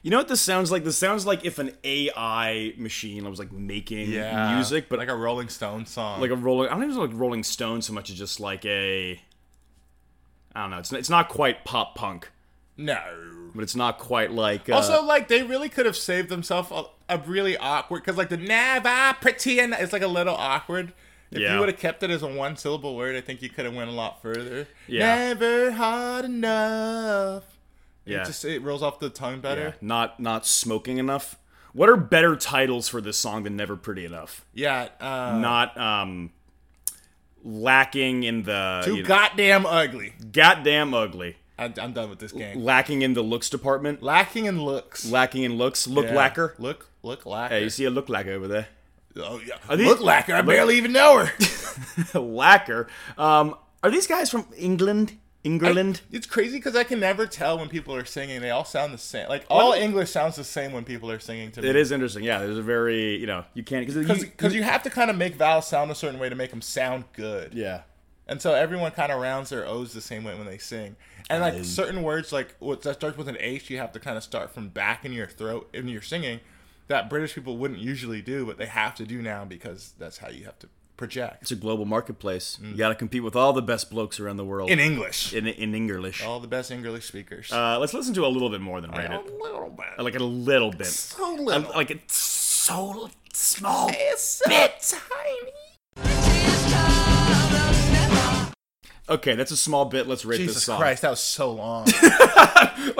[SPEAKER 1] You know what this sounds like? This sounds like if an AI machine was like making music, but
[SPEAKER 2] like a Rolling Stone song.
[SPEAKER 1] like a rolling. I don't even know, like Rolling Stone so much as just like a. I don't know. It's it's not quite pop punk,
[SPEAKER 2] no.
[SPEAKER 1] but it's not quite like. Uh,
[SPEAKER 2] Also, like they really could have saved themselves a, a really awkward because like the Nava pretty and it's like a little awkward. If
[SPEAKER 1] Yeah.
[SPEAKER 2] you would have kept it as a one syllable word, I think you could have went a lot further.
[SPEAKER 1] Yeah.
[SPEAKER 2] Never hard enough.
[SPEAKER 1] yeah,
[SPEAKER 2] It just it rolls off the tongue
[SPEAKER 1] yeah,
[SPEAKER 2] better.
[SPEAKER 1] not not smoking enough. What are better titles for this song than "Never Pretty Enough"?
[SPEAKER 2] Yeah. uh,
[SPEAKER 1] Not um, lacking in the
[SPEAKER 2] too
[SPEAKER 1] you know,
[SPEAKER 2] goddamn ugly.
[SPEAKER 1] goddamn ugly,
[SPEAKER 2] I, I'm done with this game.
[SPEAKER 1] lacking in the looks department,
[SPEAKER 2] Lacking in looks.
[SPEAKER 1] lacking in looks, look
[SPEAKER 2] Yeah.
[SPEAKER 1] lacquer.
[SPEAKER 2] Look, look lacquer.
[SPEAKER 1] Hey, you see a look lacquer over there?
[SPEAKER 2] oh yeah.
[SPEAKER 1] these-
[SPEAKER 2] look lacquer. I barely even know her.
[SPEAKER 1] lacquer. Um, are these guys from England? England?
[SPEAKER 2] It's crazy because I can never tell when people are singing. They all sound the same. Like all English sounds the same when people are singing to me.
[SPEAKER 1] It is interesting. Yeah, there's a very you know you can't because
[SPEAKER 2] because you have to kind of make vowels sound a certain way to make them sound good.
[SPEAKER 1] yeah
[SPEAKER 2] And so everyone kind of rounds their O's the same way when they sing. And like certain words, like what that starts with an H, you have to kind of start from back in your throat in your singing. That British people wouldn't usually do, but they have to do now because that's how you have to project
[SPEAKER 1] it's a global marketplace. You got to compete with all the best blokes around the world
[SPEAKER 2] Mm. in Oh. English.
[SPEAKER 1] in, in English.
[SPEAKER 2] all the best English speakers.
[SPEAKER 1] Uh, let's listen to a little bit more than rated,
[SPEAKER 2] a little bit.
[SPEAKER 1] like a little bit,
[SPEAKER 2] so
[SPEAKER 1] Uh,
[SPEAKER 2] little.
[SPEAKER 1] like it's so small.
[SPEAKER 2] it's so tiny.
[SPEAKER 1] Okay, that's a small bit. Let's rate this
[SPEAKER 2] Jesus
[SPEAKER 1] song.
[SPEAKER 2] Christ, that was so long.
[SPEAKER 1] Like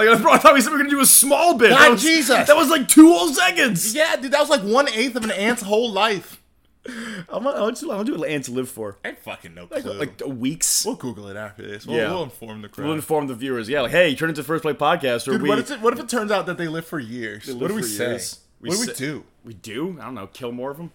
[SPEAKER 1] I thought we said we were gonna do a small bit.
[SPEAKER 2] God,
[SPEAKER 1] that was,
[SPEAKER 2] Jesus.
[SPEAKER 1] that was like two whole seconds.
[SPEAKER 2] yeah, dude, that was like one eighth of an ant's whole life.
[SPEAKER 1] I'm gonna, I'm gonna do an ant to live for
[SPEAKER 2] I fucking no
[SPEAKER 1] like,
[SPEAKER 2] clue.
[SPEAKER 1] like weeks.
[SPEAKER 2] we'll Google it after this. We'll,
[SPEAKER 1] Yeah.
[SPEAKER 2] we'll inform the crowd.
[SPEAKER 1] We'll inform the viewers. Yeah, like, hey, turn into First Play Podcast, or
[SPEAKER 2] dude,
[SPEAKER 1] we
[SPEAKER 2] what, if it, what if it turns out that they live for years?
[SPEAKER 1] live
[SPEAKER 2] What do we
[SPEAKER 1] for
[SPEAKER 2] say?
[SPEAKER 1] years. We
[SPEAKER 2] what do we
[SPEAKER 1] say-
[SPEAKER 2] do?
[SPEAKER 1] we do. I don't know, kill more of them.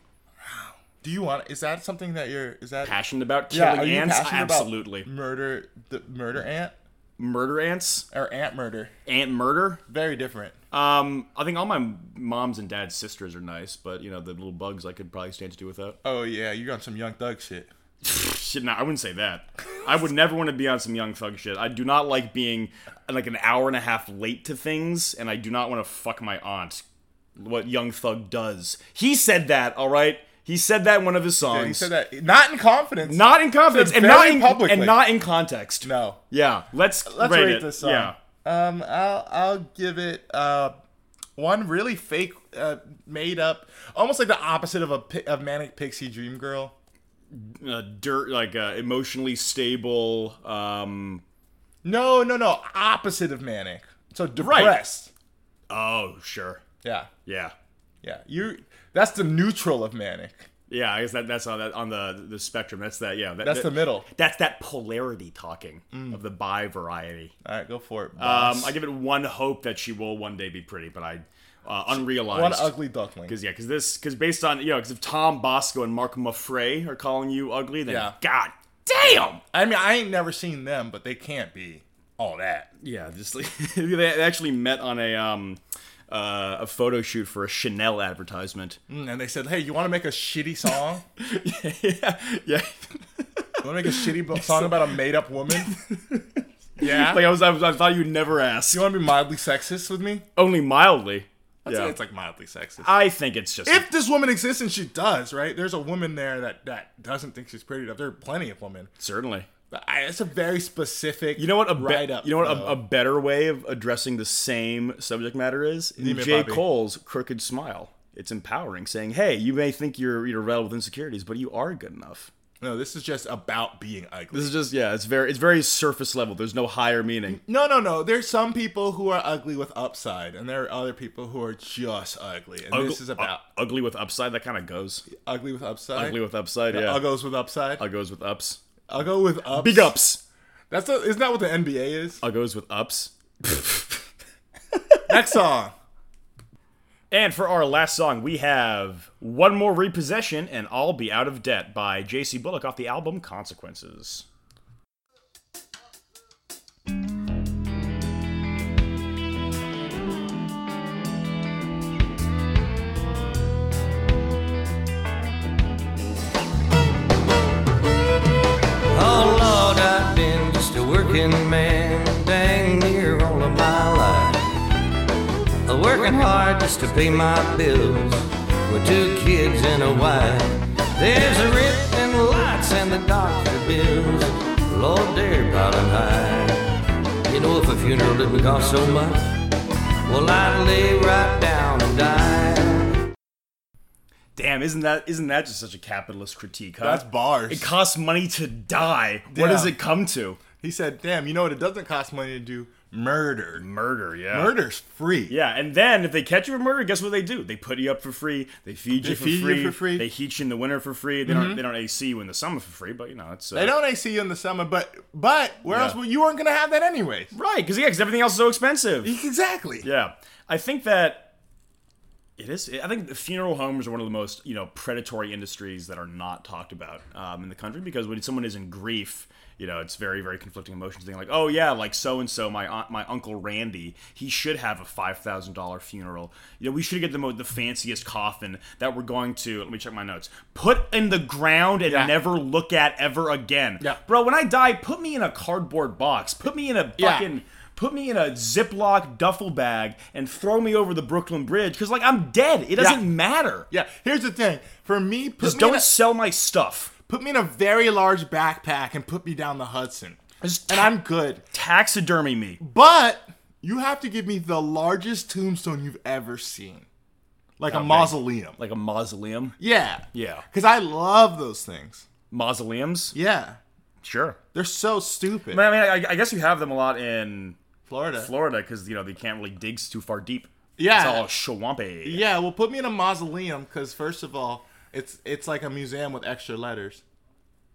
[SPEAKER 2] Do you want? Is that something that you're? Is that
[SPEAKER 1] Passionate about
[SPEAKER 2] Yeah,
[SPEAKER 1] killing
[SPEAKER 2] are you
[SPEAKER 1] ants?
[SPEAKER 2] passionate about
[SPEAKER 1] Absolutely.
[SPEAKER 2] murder the murder ant
[SPEAKER 1] Murder ants,
[SPEAKER 2] or ant murder?
[SPEAKER 1] ant murder.
[SPEAKER 2] Very different.
[SPEAKER 1] Um, I think all my mom's and dad's sisters are nice, but you know the little bugs I could probably stand to do without.
[SPEAKER 2] oh yeah, you're on some young thug shit.
[SPEAKER 1] Shit, nah, I wouldn't say that. I would never want to be on some young thug shit. I do not like being like an hour and a half late to things, and I do not want to fuck my aunt. What young thug does? He said that. All right, he said that in one of his songs.
[SPEAKER 2] And he said that not in confidence.
[SPEAKER 1] Not in confidence,
[SPEAKER 2] Said
[SPEAKER 1] and not
[SPEAKER 2] very
[SPEAKER 1] in
[SPEAKER 2] publicly.
[SPEAKER 1] and not in context.
[SPEAKER 2] no.
[SPEAKER 1] Yeah, let's
[SPEAKER 2] Let's
[SPEAKER 1] rate,
[SPEAKER 2] rate uh,
[SPEAKER 1] it.
[SPEAKER 2] this song.
[SPEAKER 1] Yeah,
[SPEAKER 2] Um, I'll I'll give it uh one really fake, uh, made up, almost like the opposite of a pi- of manic pixie dream girl.
[SPEAKER 1] uh, dirt like uh, emotionally stable. Um,
[SPEAKER 2] No, no, no, opposite of manic. So depressed.
[SPEAKER 1] oh sure,
[SPEAKER 2] Yeah,
[SPEAKER 1] yeah,
[SPEAKER 2] yeah. You that's the neutral of manic.
[SPEAKER 1] yeah. I guess that that's on that on the the spectrum. That's that. Yeah, that,
[SPEAKER 2] That's
[SPEAKER 1] that-
[SPEAKER 2] the middle.
[SPEAKER 1] That's that polarity talking of the bi variety.
[SPEAKER 2] All right, go for it.
[SPEAKER 1] Um,
[SPEAKER 2] boss.
[SPEAKER 1] I give it one hope that she will one day be pretty, but I uh, unrealized.
[SPEAKER 2] one ugly duckling.
[SPEAKER 1] Because yeah, because this because based on you know because if Tom Bosco and Mark Maffrey are calling you ugly, then
[SPEAKER 2] Yeah.
[SPEAKER 1] God damn.
[SPEAKER 2] I mean, I ain't never seen them, but they can't be all that.
[SPEAKER 1] Yeah, just like they actually met on a um uh, a photo shoot for a Chanel advertisement.
[SPEAKER 2] Mm, And they said, "Hey, you want to make a shitty song? you
[SPEAKER 1] yeah, yeah.
[SPEAKER 2] want to make a shitty bo- song about a made-up woman? yeah.
[SPEAKER 1] Like I was, I was, I thought you'd never ask.
[SPEAKER 2] you want to be mildly sexist with me?
[SPEAKER 1] Only mildly.
[SPEAKER 2] I'd say
[SPEAKER 1] yeah.
[SPEAKER 2] Oh, it's like mildly sexist.
[SPEAKER 1] I think it's just.
[SPEAKER 2] if this woman exists, and she does, right? There's a woman there that that doesn't think she's pretty enough. There are plenty of women.
[SPEAKER 1] certainly.
[SPEAKER 2] But I, it's a very specific.
[SPEAKER 1] You know what a be-
[SPEAKER 2] right up.
[SPEAKER 1] you know what
[SPEAKER 2] though.
[SPEAKER 1] a, a better way of addressing the same subject matter is
[SPEAKER 2] Name it,
[SPEAKER 1] J
[SPEAKER 2] Bobby.
[SPEAKER 1] Cole's crooked smile. It's empowering, saying, "Hey, you may think you're you're rattled with insecurities, but you are good enough."
[SPEAKER 2] no, this is just about being ugly.
[SPEAKER 1] This is just yeah, it's very it's very surface level. There's no higher meaning.
[SPEAKER 2] No, no, no. There's some people who are ugly with upside, and there are other people who are just ugly. And
[SPEAKER 1] Ugl-
[SPEAKER 2] this is about
[SPEAKER 1] u- ugly with upside. That kind of goes.
[SPEAKER 2] ugly with upside.
[SPEAKER 1] Ugly with upside. Yeah,
[SPEAKER 2] Uggos with upside.
[SPEAKER 1] uggos with ups.
[SPEAKER 2] Uggo with ups.
[SPEAKER 1] Big ups.
[SPEAKER 2] That's a, isn't that what the NBA is?
[SPEAKER 1] Uggos with ups.
[SPEAKER 2] Next song.
[SPEAKER 1] And for our last song, we have One More Repossession and I'll Be Out of Debt by JC Bullock off the album Consequences.
[SPEAKER 7] Oh Lord, I've been just a working man, dang near all of my life. A working hard just to pay my bills with two kids and a wife. There's a rent and lights and the doctor bills. Lord, they're about an eye. You know, if a funeral didn't cost so much, well, I'd lay right down and die.
[SPEAKER 1] Damn, isn't that isn't that just such a capitalist critique? Huh?
[SPEAKER 2] That's bars.
[SPEAKER 1] It costs money to die. What
[SPEAKER 2] Yeah.
[SPEAKER 1] does it come to?
[SPEAKER 2] He said, "Damn, you know what? It doesn't cost money to do murder.
[SPEAKER 1] Murder, yeah.
[SPEAKER 2] Murder's free.
[SPEAKER 1] Yeah, and then if they catch you for murder, guess what they do? They put you up for free. They feed you,
[SPEAKER 2] They
[SPEAKER 1] for,
[SPEAKER 2] feed you
[SPEAKER 1] free,
[SPEAKER 2] for free. Mm-hmm.
[SPEAKER 1] They heat you in the winter for free. They don't. They don't AC you in the summer for free. But you know, it's uh,
[SPEAKER 2] They don't AC you in the summer, but but where
[SPEAKER 1] Yeah.
[SPEAKER 2] else? Well, you weren't gonna have that anyways.
[SPEAKER 1] right because yeah, because everything else is so expensive.
[SPEAKER 2] Exactly.
[SPEAKER 1] Yeah, I think that it is. I think the funeral homes are one of the most you know predatory industries that are not talked about um, in the country because when someone is in grief, you know, it's very very conflicting emotions. Thing like, oh yeah, like so and so, my aunt, my uncle Randy, he should have a five thousand dollar funeral. You know, we should get the mo- the fanciest coffin that we're going to. Let me check my notes. Put in the ground and
[SPEAKER 2] Yeah.
[SPEAKER 1] never look at ever again.
[SPEAKER 2] Yeah.
[SPEAKER 1] bro. When I die, put me in a cardboard box. Put me in a
[SPEAKER 2] Yeah.
[SPEAKER 1] fucking put me in a Ziploc duffel bag and throw me over the Brooklyn Bridge because, like, I'm dead. It doesn't
[SPEAKER 2] Yeah.
[SPEAKER 1] matter.
[SPEAKER 2] Yeah. Here's the thing. For me, put
[SPEAKER 1] Just
[SPEAKER 2] me
[SPEAKER 1] don't
[SPEAKER 2] in a-
[SPEAKER 1] sell my stuff.
[SPEAKER 2] put me in a very large backpack and put me down the Hudson.
[SPEAKER 1] Just
[SPEAKER 2] And I'm good.
[SPEAKER 1] taxidermy me.
[SPEAKER 2] But you have to give me the largest tombstone you've ever seen. Like a mausoleum.
[SPEAKER 1] Like a mausoleum.
[SPEAKER 2] yeah.
[SPEAKER 1] Yeah.
[SPEAKER 2] Cuz I love those things.
[SPEAKER 1] Mausoleums?
[SPEAKER 2] Yeah.
[SPEAKER 1] Sure.
[SPEAKER 2] They're so stupid.
[SPEAKER 1] But I mean, I, I guess you have them a lot in
[SPEAKER 2] Florida.
[SPEAKER 1] Florida because, you know, they can't really dig too far deep.
[SPEAKER 2] Yeah.
[SPEAKER 1] It's all shawampy.
[SPEAKER 2] Yeah, well put me in a mausoleum cuz first of all, it's it's like a museum with extra letters.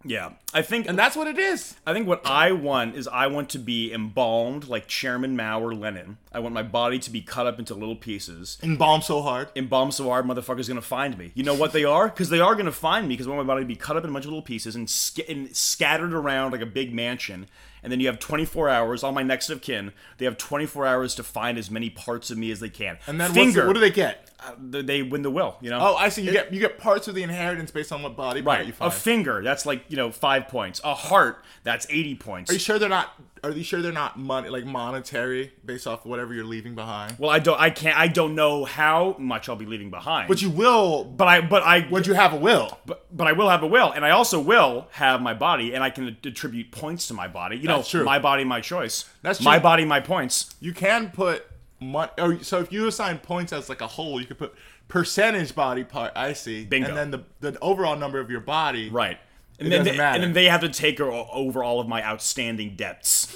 [SPEAKER 1] Yeah. I think.
[SPEAKER 2] And that's what it is.
[SPEAKER 1] I think what I want is I want to be embalmed like Chairman Mao or Lenin. I want my body to be cut up into little pieces
[SPEAKER 2] Embalm so hard.
[SPEAKER 1] embalmed so hard, motherfuckers gonna find me. You know what they are? Because they are gonna find me because I want my body to be cut up in a bunch of little pieces and, sc- and scattered around like a big mansion. And then you have 24 hours. All my next of kin, they have 24 hours to find as many parts of me as they can.
[SPEAKER 2] And then what's
[SPEAKER 1] finger,
[SPEAKER 2] the, what do they get?
[SPEAKER 1] they? They win the will. You know.
[SPEAKER 2] Oh, I see. You get you get parts of the inheritance based on what body part you
[SPEAKER 1] right. A
[SPEAKER 2] find.
[SPEAKER 1] finger, that's like you know five points. A heart, that's 80 points.
[SPEAKER 2] Are you sure they're not? Are you sure they're not money like monetary based off whatever you're leaving behind?
[SPEAKER 1] well, I don't. I can't. I don't know how much I'll be leaving behind.
[SPEAKER 2] But you will. But
[SPEAKER 1] But I. But I.
[SPEAKER 2] would you have a will?
[SPEAKER 1] but, but I will have a will, and I also will have my body, and I can attribute points to my body. You know,
[SPEAKER 2] That's true.
[SPEAKER 1] my body, my choice.
[SPEAKER 2] That's
[SPEAKER 1] my
[SPEAKER 2] true.
[SPEAKER 1] body, my points.
[SPEAKER 2] You can put mon- or so if you assign points as like a whole, you could put percentage body part. I see.
[SPEAKER 1] Bingo.
[SPEAKER 2] And then the the overall number of your body.
[SPEAKER 1] Right. And
[SPEAKER 2] It
[SPEAKER 1] then,
[SPEAKER 2] doesn't
[SPEAKER 1] they,
[SPEAKER 2] matter.
[SPEAKER 1] and then they have to take o- over all of my outstanding debts.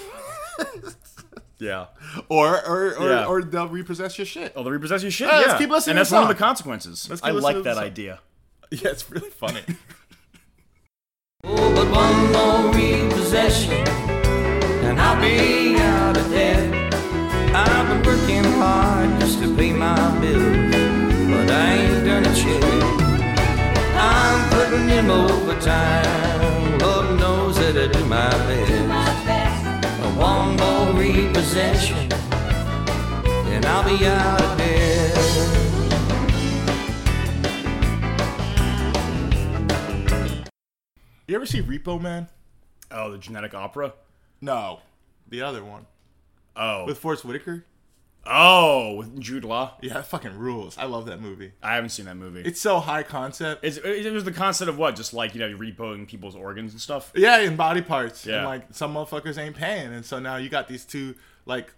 [SPEAKER 1] yeah.
[SPEAKER 2] Or or or,
[SPEAKER 1] Yeah.
[SPEAKER 2] or they'll repossess your shit.
[SPEAKER 1] Oh, the repossess your shit.
[SPEAKER 2] Ah,
[SPEAKER 1] yeah.
[SPEAKER 2] let's keep
[SPEAKER 1] And
[SPEAKER 2] listening to
[SPEAKER 1] that's
[SPEAKER 2] the
[SPEAKER 1] one of
[SPEAKER 2] song.
[SPEAKER 1] the consequences.
[SPEAKER 2] Let's keep
[SPEAKER 1] I
[SPEAKER 2] listening
[SPEAKER 1] like
[SPEAKER 2] to the
[SPEAKER 1] that
[SPEAKER 2] song.
[SPEAKER 1] idea.
[SPEAKER 2] Yeah, it's really funny.
[SPEAKER 7] Oh, but one more repossession, and I'll be out of debt. I've been working hard just to pay my bills, but I ain't done it yet. I'm putting in overtime. Lord knows that I do my best. But one more repossession, and I'll be out of debt.
[SPEAKER 2] You ever see Repo Man?
[SPEAKER 1] Oh, the genetic opera.
[SPEAKER 2] No, the other one
[SPEAKER 1] Oh.
[SPEAKER 2] with Forrest Whitaker.
[SPEAKER 1] oh, with Jude Law.
[SPEAKER 2] Yeah, that fucking rules. I love that movie.
[SPEAKER 1] I haven't seen that movie.
[SPEAKER 2] It's so high concept.
[SPEAKER 1] It's, it was the concept of what? Just like, you know, you're repoing people's organs and stuff?
[SPEAKER 2] yeah, and body parts.
[SPEAKER 1] Yeah.
[SPEAKER 2] And like some motherfuckers ain't paying, and so now you got these two like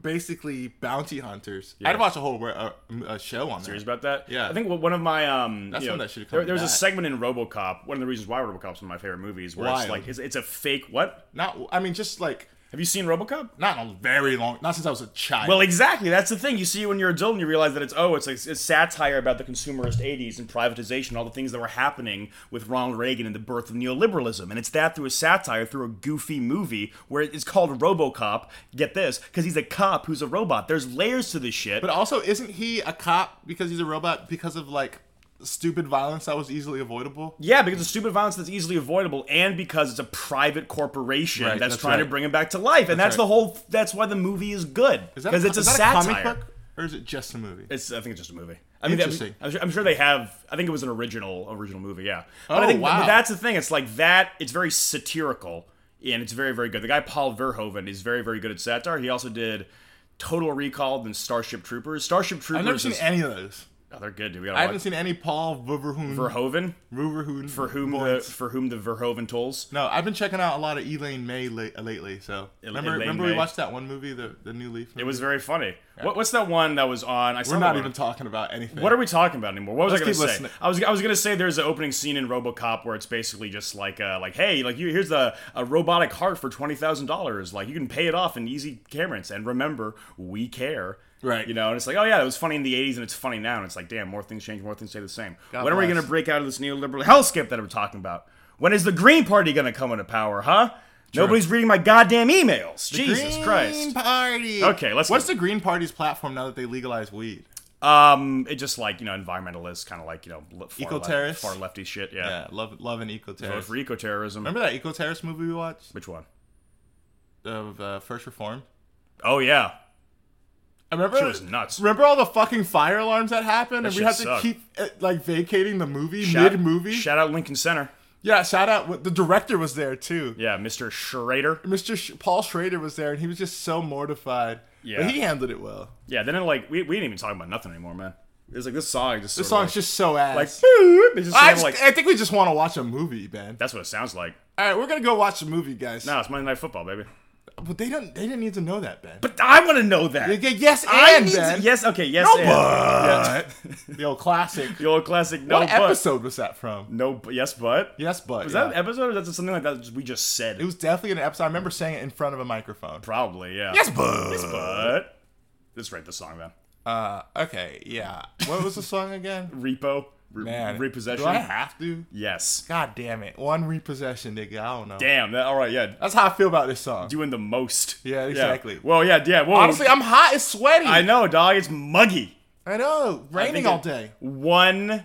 [SPEAKER 2] basically bounty hunters. I'd watch a whole wor- a, a show on
[SPEAKER 1] Serious
[SPEAKER 2] that.
[SPEAKER 1] about that?
[SPEAKER 2] Yeah.
[SPEAKER 1] I think one of my um.
[SPEAKER 2] That's
[SPEAKER 1] you know,
[SPEAKER 2] one that should've come
[SPEAKER 1] there, there was a
[SPEAKER 2] back.
[SPEAKER 1] segment in RoboCop. One of the reasons why RoboCop's one of my favorite movies, where
[SPEAKER 2] Wild.
[SPEAKER 1] it's like it's, it's a fake. What?
[SPEAKER 2] Not, I mean, just like
[SPEAKER 1] Have you seen RoboCop?
[SPEAKER 2] not in a very long, not since I was a child.
[SPEAKER 1] Well, exactly. That's the thing. You see, it when you're an adult, and you realize that it's oh, it's like it's satire about the consumerist '80s and privatization, and all the things that were happening with Ronald Reagan and the birth of neoliberalism, and it's that through a satire through a goofy movie where it's called RoboCop. Get this, because he's a cop who's a robot. There's layers to this shit.
[SPEAKER 2] but also, isn't he a cop because he's a robot because of like stupid violence that was easily avoidable?
[SPEAKER 1] Yeah, because it's stupid violence that's easily avoidable, and because it's a private corporation
[SPEAKER 2] Right,
[SPEAKER 1] that's,
[SPEAKER 2] that's
[SPEAKER 1] trying to
[SPEAKER 2] right.
[SPEAKER 1] bring him back to life, and that's,
[SPEAKER 2] That's
[SPEAKER 1] the
[SPEAKER 2] right.
[SPEAKER 1] whole. That's why the movie is good
[SPEAKER 2] Is that
[SPEAKER 1] because
[SPEAKER 2] a,
[SPEAKER 1] it's
[SPEAKER 2] is
[SPEAKER 1] a
[SPEAKER 2] that
[SPEAKER 1] satire.
[SPEAKER 2] a comic book or is it just a movie?
[SPEAKER 1] It's I think it's just a movie. I mean,
[SPEAKER 2] Interesting.
[SPEAKER 1] I'm, I'm sure, I'm sure they have. I think it was an original original movie. Yeah, but I
[SPEAKER 2] Oh,
[SPEAKER 1] think
[SPEAKER 2] wow.
[SPEAKER 1] that's the thing. It's like that. It's very satirical and it's very very good. The guy Paul Verhoeven is very very good at satire. He also did Total Recall and Starship Troopers. Starship Troopers.
[SPEAKER 2] I've never seen
[SPEAKER 1] is,
[SPEAKER 2] any of those.
[SPEAKER 1] Oh, they're good. Dude. We gotta
[SPEAKER 2] I
[SPEAKER 1] watch.
[SPEAKER 2] haven't seen any Paul Verhoeven.
[SPEAKER 1] Verhoeven.
[SPEAKER 2] Verhoeven.
[SPEAKER 1] For whom the for whom the Verhoeven tolls.
[SPEAKER 2] No, I've been checking out a lot of Elaine May late, lately. So remember,
[SPEAKER 1] Elaine
[SPEAKER 2] remember
[SPEAKER 1] May.
[SPEAKER 2] we watched that one movie, the the new Leaf.
[SPEAKER 1] It was very funny. What, what's that one that was on? I
[SPEAKER 2] We're not even talking about anything.
[SPEAKER 1] What are we talking about anymore? What was
[SPEAKER 2] Let's
[SPEAKER 1] I going
[SPEAKER 2] keep
[SPEAKER 1] to say?
[SPEAKER 2] listening.
[SPEAKER 1] I was I was going to say there's an opening scene in RoboCop where it's basically just like uh, like hey like you here's a, a robotic heart for twenty thousand dollars like you can pay it off in easy payments and remember we care
[SPEAKER 2] Right.
[SPEAKER 1] you know and it's like oh yeah it was funny in the '80s and it's funny now and it's like damn more things change more things stay the same
[SPEAKER 2] God
[SPEAKER 1] when are we
[SPEAKER 2] bless.
[SPEAKER 1] going to break out of this neoliberal hellscape that I'm talking about when is the Green Party going to come into power huh nobody's reading my goddamn emails Jesus
[SPEAKER 2] Green
[SPEAKER 1] Christ
[SPEAKER 2] Party.
[SPEAKER 1] Okay, let's
[SPEAKER 2] What's
[SPEAKER 1] go.
[SPEAKER 2] the Green Party's platform now that they legalize weed?
[SPEAKER 1] Um, it just like you know, environmentalists, kind of like you know, le- far
[SPEAKER 2] Eco-terrorists?
[SPEAKER 1] left, far lefty shit. Yeah, Oh,
[SPEAKER 2] Yeah, love love and eco
[SPEAKER 1] Vote
[SPEAKER 2] terrorist.
[SPEAKER 1] for eco terrorism.
[SPEAKER 2] Remember that eco terrorist movie we watched
[SPEAKER 1] which one?
[SPEAKER 2] of uh, First Reformed?
[SPEAKER 1] Oh yeah,
[SPEAKER 2] I remember
[SPEAKER 1] She was nuts.
[SPEAKER 2] Remember all the fucking fire alarms that happened, and we
[SPEAKER 1] shit
[SPEAKER 2] had to
[SPEAKER 1] sucked.
[SPEAKER 2] keep uh, like vacating the movie
[SPEAKER 1] Shout-
[SPEAKER 2] mid movie.
[SPEAKER 1] Shout out Lincoln Center.
[SPEAKER 2] yeah, shout out. The director was there too.
[SPEAKER 1] Yeah, Mr. Schrader.
[SPEAKER 2] Mr. Sh- Paul Schrader was there, and he was just so mortified.
[SPEAKER 1] Yeah.
[SPEAKER 2] but he handled it well.
[SPEAKER 1] Yeah, then it, like we, we didn't even talk about nothing anymore, man. It's like this song just
[SPEAKER 2] This
[SPEAKER 1] sort
[SPEAKER 2] song's
[SPEAKER 1] of,
[SPEAKER 2] just so ass.
[SPEAKER 1] like, like boop, it's just
[SPEAKER 2] I,
[SPEAKER 1] sort of, like
[SPEAKER 2] just- I think we just want to watch a movie, man.
[SPEAKER 1] that's what it sounds like.
[SPEAKER 2] All right, we're gonna go watch a movie, guys.
[SPEAKER 1] No, it's Monday Night Football, baby.
[SPEAKER 2] but they don't. They didn't need to know that, Ben.
[SPEAKER 1] But I want to know that.
[SPEAKER 2] They get yes
[SPEAKER 1] I
[SPEAKER 2] and
[SPEAKER 1] need to-
[SPEAKER 2] Ben.
[SPEAKER 1] yes, okay, yes.
[SPEAKER 2] No,
[SPEAKER 1] and.
[SPEAKER 2] but the old classic.
[SPEAKER 1] The old classic. No,
[SPEAKER 2] what
[SPEAKER 1] but.
[SPEAKER 2] episode was that from?
[SPEAKER 1] No, but, yes, but.
[SPEAKER 2] Yes, but
[SPEAKER 1] Was
[SPEAKER 2] yeah.
[SPEAKER 1] that an episode or was that something like that we just said?
[SPEAKER 2] It was definitely an episode. I remember saying it in front of a microphone.
[SPEAKER 1] probably yeah.
[SPEAKER 2] Yes, but.
[SPEAKER 1] but let's write the song then.
[SPEAKER 2] Uh, okay, yeah. What was the song again?
[SPEAKER 1] Repo, re-
[SPEAKER 2] Man,
[SPEAKER 1] repossession.
[SPEAKER 2] Do I have to?
[SPEAKER 1] Yes.
[SPEAKER 2] God damn it! One repossession, nigga. I don't know.
[SPEAKER 1] Damn. That, all right. Yeah.
[SPEAKER 2] That's how I feel about this song.
[SPEAKER 1] Doing the most.
[SPEAKER 2] Yeah, exactly.
[SPEAKER 1] Well, yeah, yeah. Well,
[SPEAKER 2] Honestly, I'm hot and sweaty.
[SPEAKER 1] I know, dog. It's muggy.
[SPEAKER 2] I know. Raining
[SPEAKER 1] I think
[SPEAKER 2] all
[SPEAKER 1] it-
[SPEAKER 2] day.
[SPEAKER 1] One.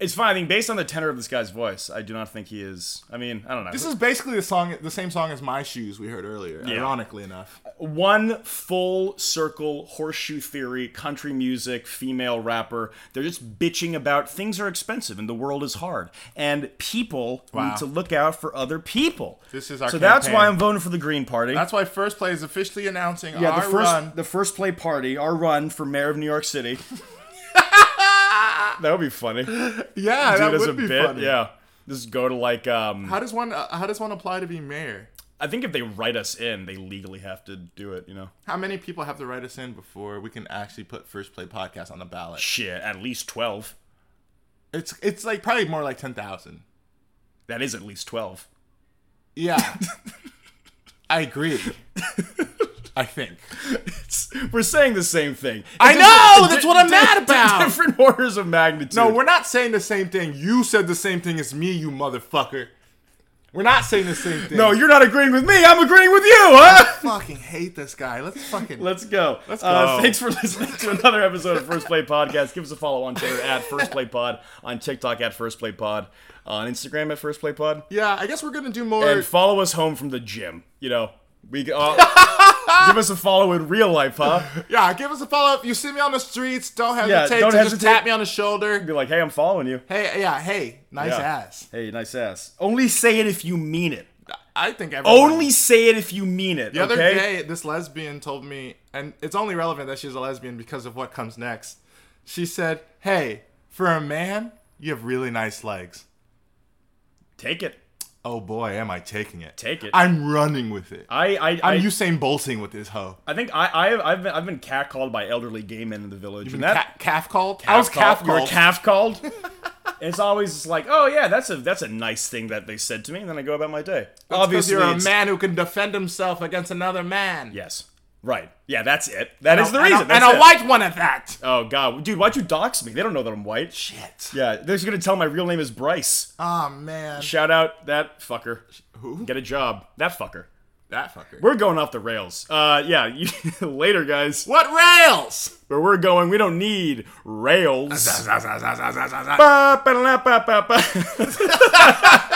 [SPEAKER 1] It's fine. I think based on the tenor of this guy's voice, I do not think he is. I mean, I don't know.
[SPEAKER 2] This is basically the song, the same song as "My Shoes" we heard earlier.
[SPEAKER 1] Yeah.
[SPEAKER 2] Ironically enough,
[SPEAKER 1] one full circle horseshoe theory country music female rapper they're just bitching about things are expensive and the world is hard and people
[SPEAKER 2] Wow.
[SPEAKER 1] need to look out for other people
[SPEAKER 2] This is our
[SPEAKER 1] so that's
[SPEAKER 2] campaign.
[SPEAKER 1] why i'm voting for the green party
[SPEAKER 2] that's why First Play is officially announcing
[SPEAKER 1] yeah,
[SPEAKER 2] our
[SPEAKER 1] the first
[SPEAKER 2] run.
[SPEAKER 1] the first play party, our run for mayor of New York City. that would be funny. Do
[SPEAKER 2] Yeah,
[SPEAKER 1] it
[SPEAKER 2] that
[SPEAKER 1] as
[SPEAKER 2] would
[SPEAKER 1] a
[SPEAKER 2] be
[SPEAKER 1] bit.
[SPEAKER 2] funny.
[SPEAKER 1] Yeah, just go to like um,
[SPEAKER 2] How does one? Uh, how does one apply to be mayor?
[SPEAKER 1] I think if they write us in, they legally have to do it. You know,
[SPEAKER 2] How many people have to write us in before we can actually put First Play Podcast on the ballot?
[SPEAKER 1] shit, at least twelve.
[SPEAKER 2] It's it's like probably more like ten thousand.
[SPEAKER 1] That is at least twelve.
[SPEAKER 2] Yeah, I agree. I think.
[SPEAKER 1] It's- we're saying the same thing.
[SPEAKER 2] I
[SPEAKER 1] It's
[SPEAKER 2] know,
[SPEAKER 1] di-
[SPEAKER 2] that's what I'm
[SPEAKER 1] di-
[SPEAKER 2] mad
[SPEAKER 1] di-
[SPEAKER 2] about.
[SPEAKER 1] Different orders of magnitude.
[SPEAKER 2] No, we're not saying the same thing. You said the same thing as me, you motherfucker. We're not saying the same thing.
[SPEAKER 1] no, you're not agreeing with me. I'm agreeing with you, huh?
[SPEAKER 2] fucking hate this guy. Let's fucking
[SPEAKER 1] Let's go. Let's
[SPEAKER 2] go.
[SPEAKER 1] thanks for listening to another episode of First Play Podcast. Give us a follow on Twitter at First Play Pod, on TikTok at First Play Pod, on Instagram at First Play Pod,
[SPEAKER 2] Yeah, I guess we're gonna do more.
[SPEAKER 1] and follow us home from the gym. You know, we uh, give us a follow in real life, huh?
[SPEAKER 2] yeah, give us a follow up. You see me on the streets, don't hesitate
[SPEAKER 1] don't
[SPEAKER 2] to
[SPEAKER 1] hesitate.
[SPEAKER 2] just tap me on the shoulder.
[SPEAKER 1] Be like, hey, I'm following you.
[SPEAKER 2] Hey, yeah, hey, nice
[SPEAKER 1] Yeah.
[SPEAKER 2] ass.
[SPEAKER 1] Hey, nice ass. Only say it if you mean it.
[SPEAKER 2] I think everyone,
[SPEAKER 1] Only say it if you mean it.
[SPEAKER 2] the other
[SPEAKER 1] okay?
[SPEAKER 2] day this lesbian told me, and it's only relevant that she's a lesbian because of what comes next. She said, "Hey, for a man, you have really nice legs."
[SPEAKER 1] Take it.
[SPEAKER 2] Oh boy, am I taking it?
[SPEAKER 1] Take it.
[SPEAKER 2] I'm running with it.
[SPEAKER 1] I I I,
[SPEAKER 2] I'm Usain Bolting with this hoe.
[SPEAKER 1] I think I I I've been, I've been catcalled by elderly gay men in the village, and that
[SPEAKER 2] Ca- calf called. I was calf
[SPEAKER 1] calf you were
[SPEAKER 2] called.
[SPEAKER 1] calf called. it's always just like, oh yeah, that's a that's a nice thing that they said to me, and then I go about my day.
[SPEAKER 2] Obviously,
[SPEAKER 1] Obviously,
[SPEAKER 2] you're a
[SPEAKER 1] it's-
[SPEAKER 2] man who can defend himself against another man.
[SPEAKER 1] Yes, right. Yeah, that's it. That is the reason.
[SPEAKER 2] And a,
[SPEAKER 1] that's
[SPEAKER 2] and a
[SPEAKER 1] it.
[SPEAKER 2] white one at that.
[SPEAKER 1] Oh god, dude, why'd you dox me? They don't know that I'm white.
[SPEAKER 2] Shit.
[SPEAKER 1] Yeah, they're just gonna tell my real name is Bryce.
[SPEAKER 2] Oh man.
[SPEAKER 1] Shout out that fucker.
[SPEAKER 2] Who?
[SPEAKER 1] Get a job. That fucker.
[SPEAKER 2] That fucker.
[SPEAKER 1] We're going off the rails. Uh, yeah. You, later, guys.
[SPEAKER 2] what rails?
[SPEAKER 1] Where we're going, we don't need rails.
[SPEAKER 2] Zah, zah, zah, zah, zah, zah, zah, zah.
[SPEAKER 1] Ba, ba, la, ba, ba, ba.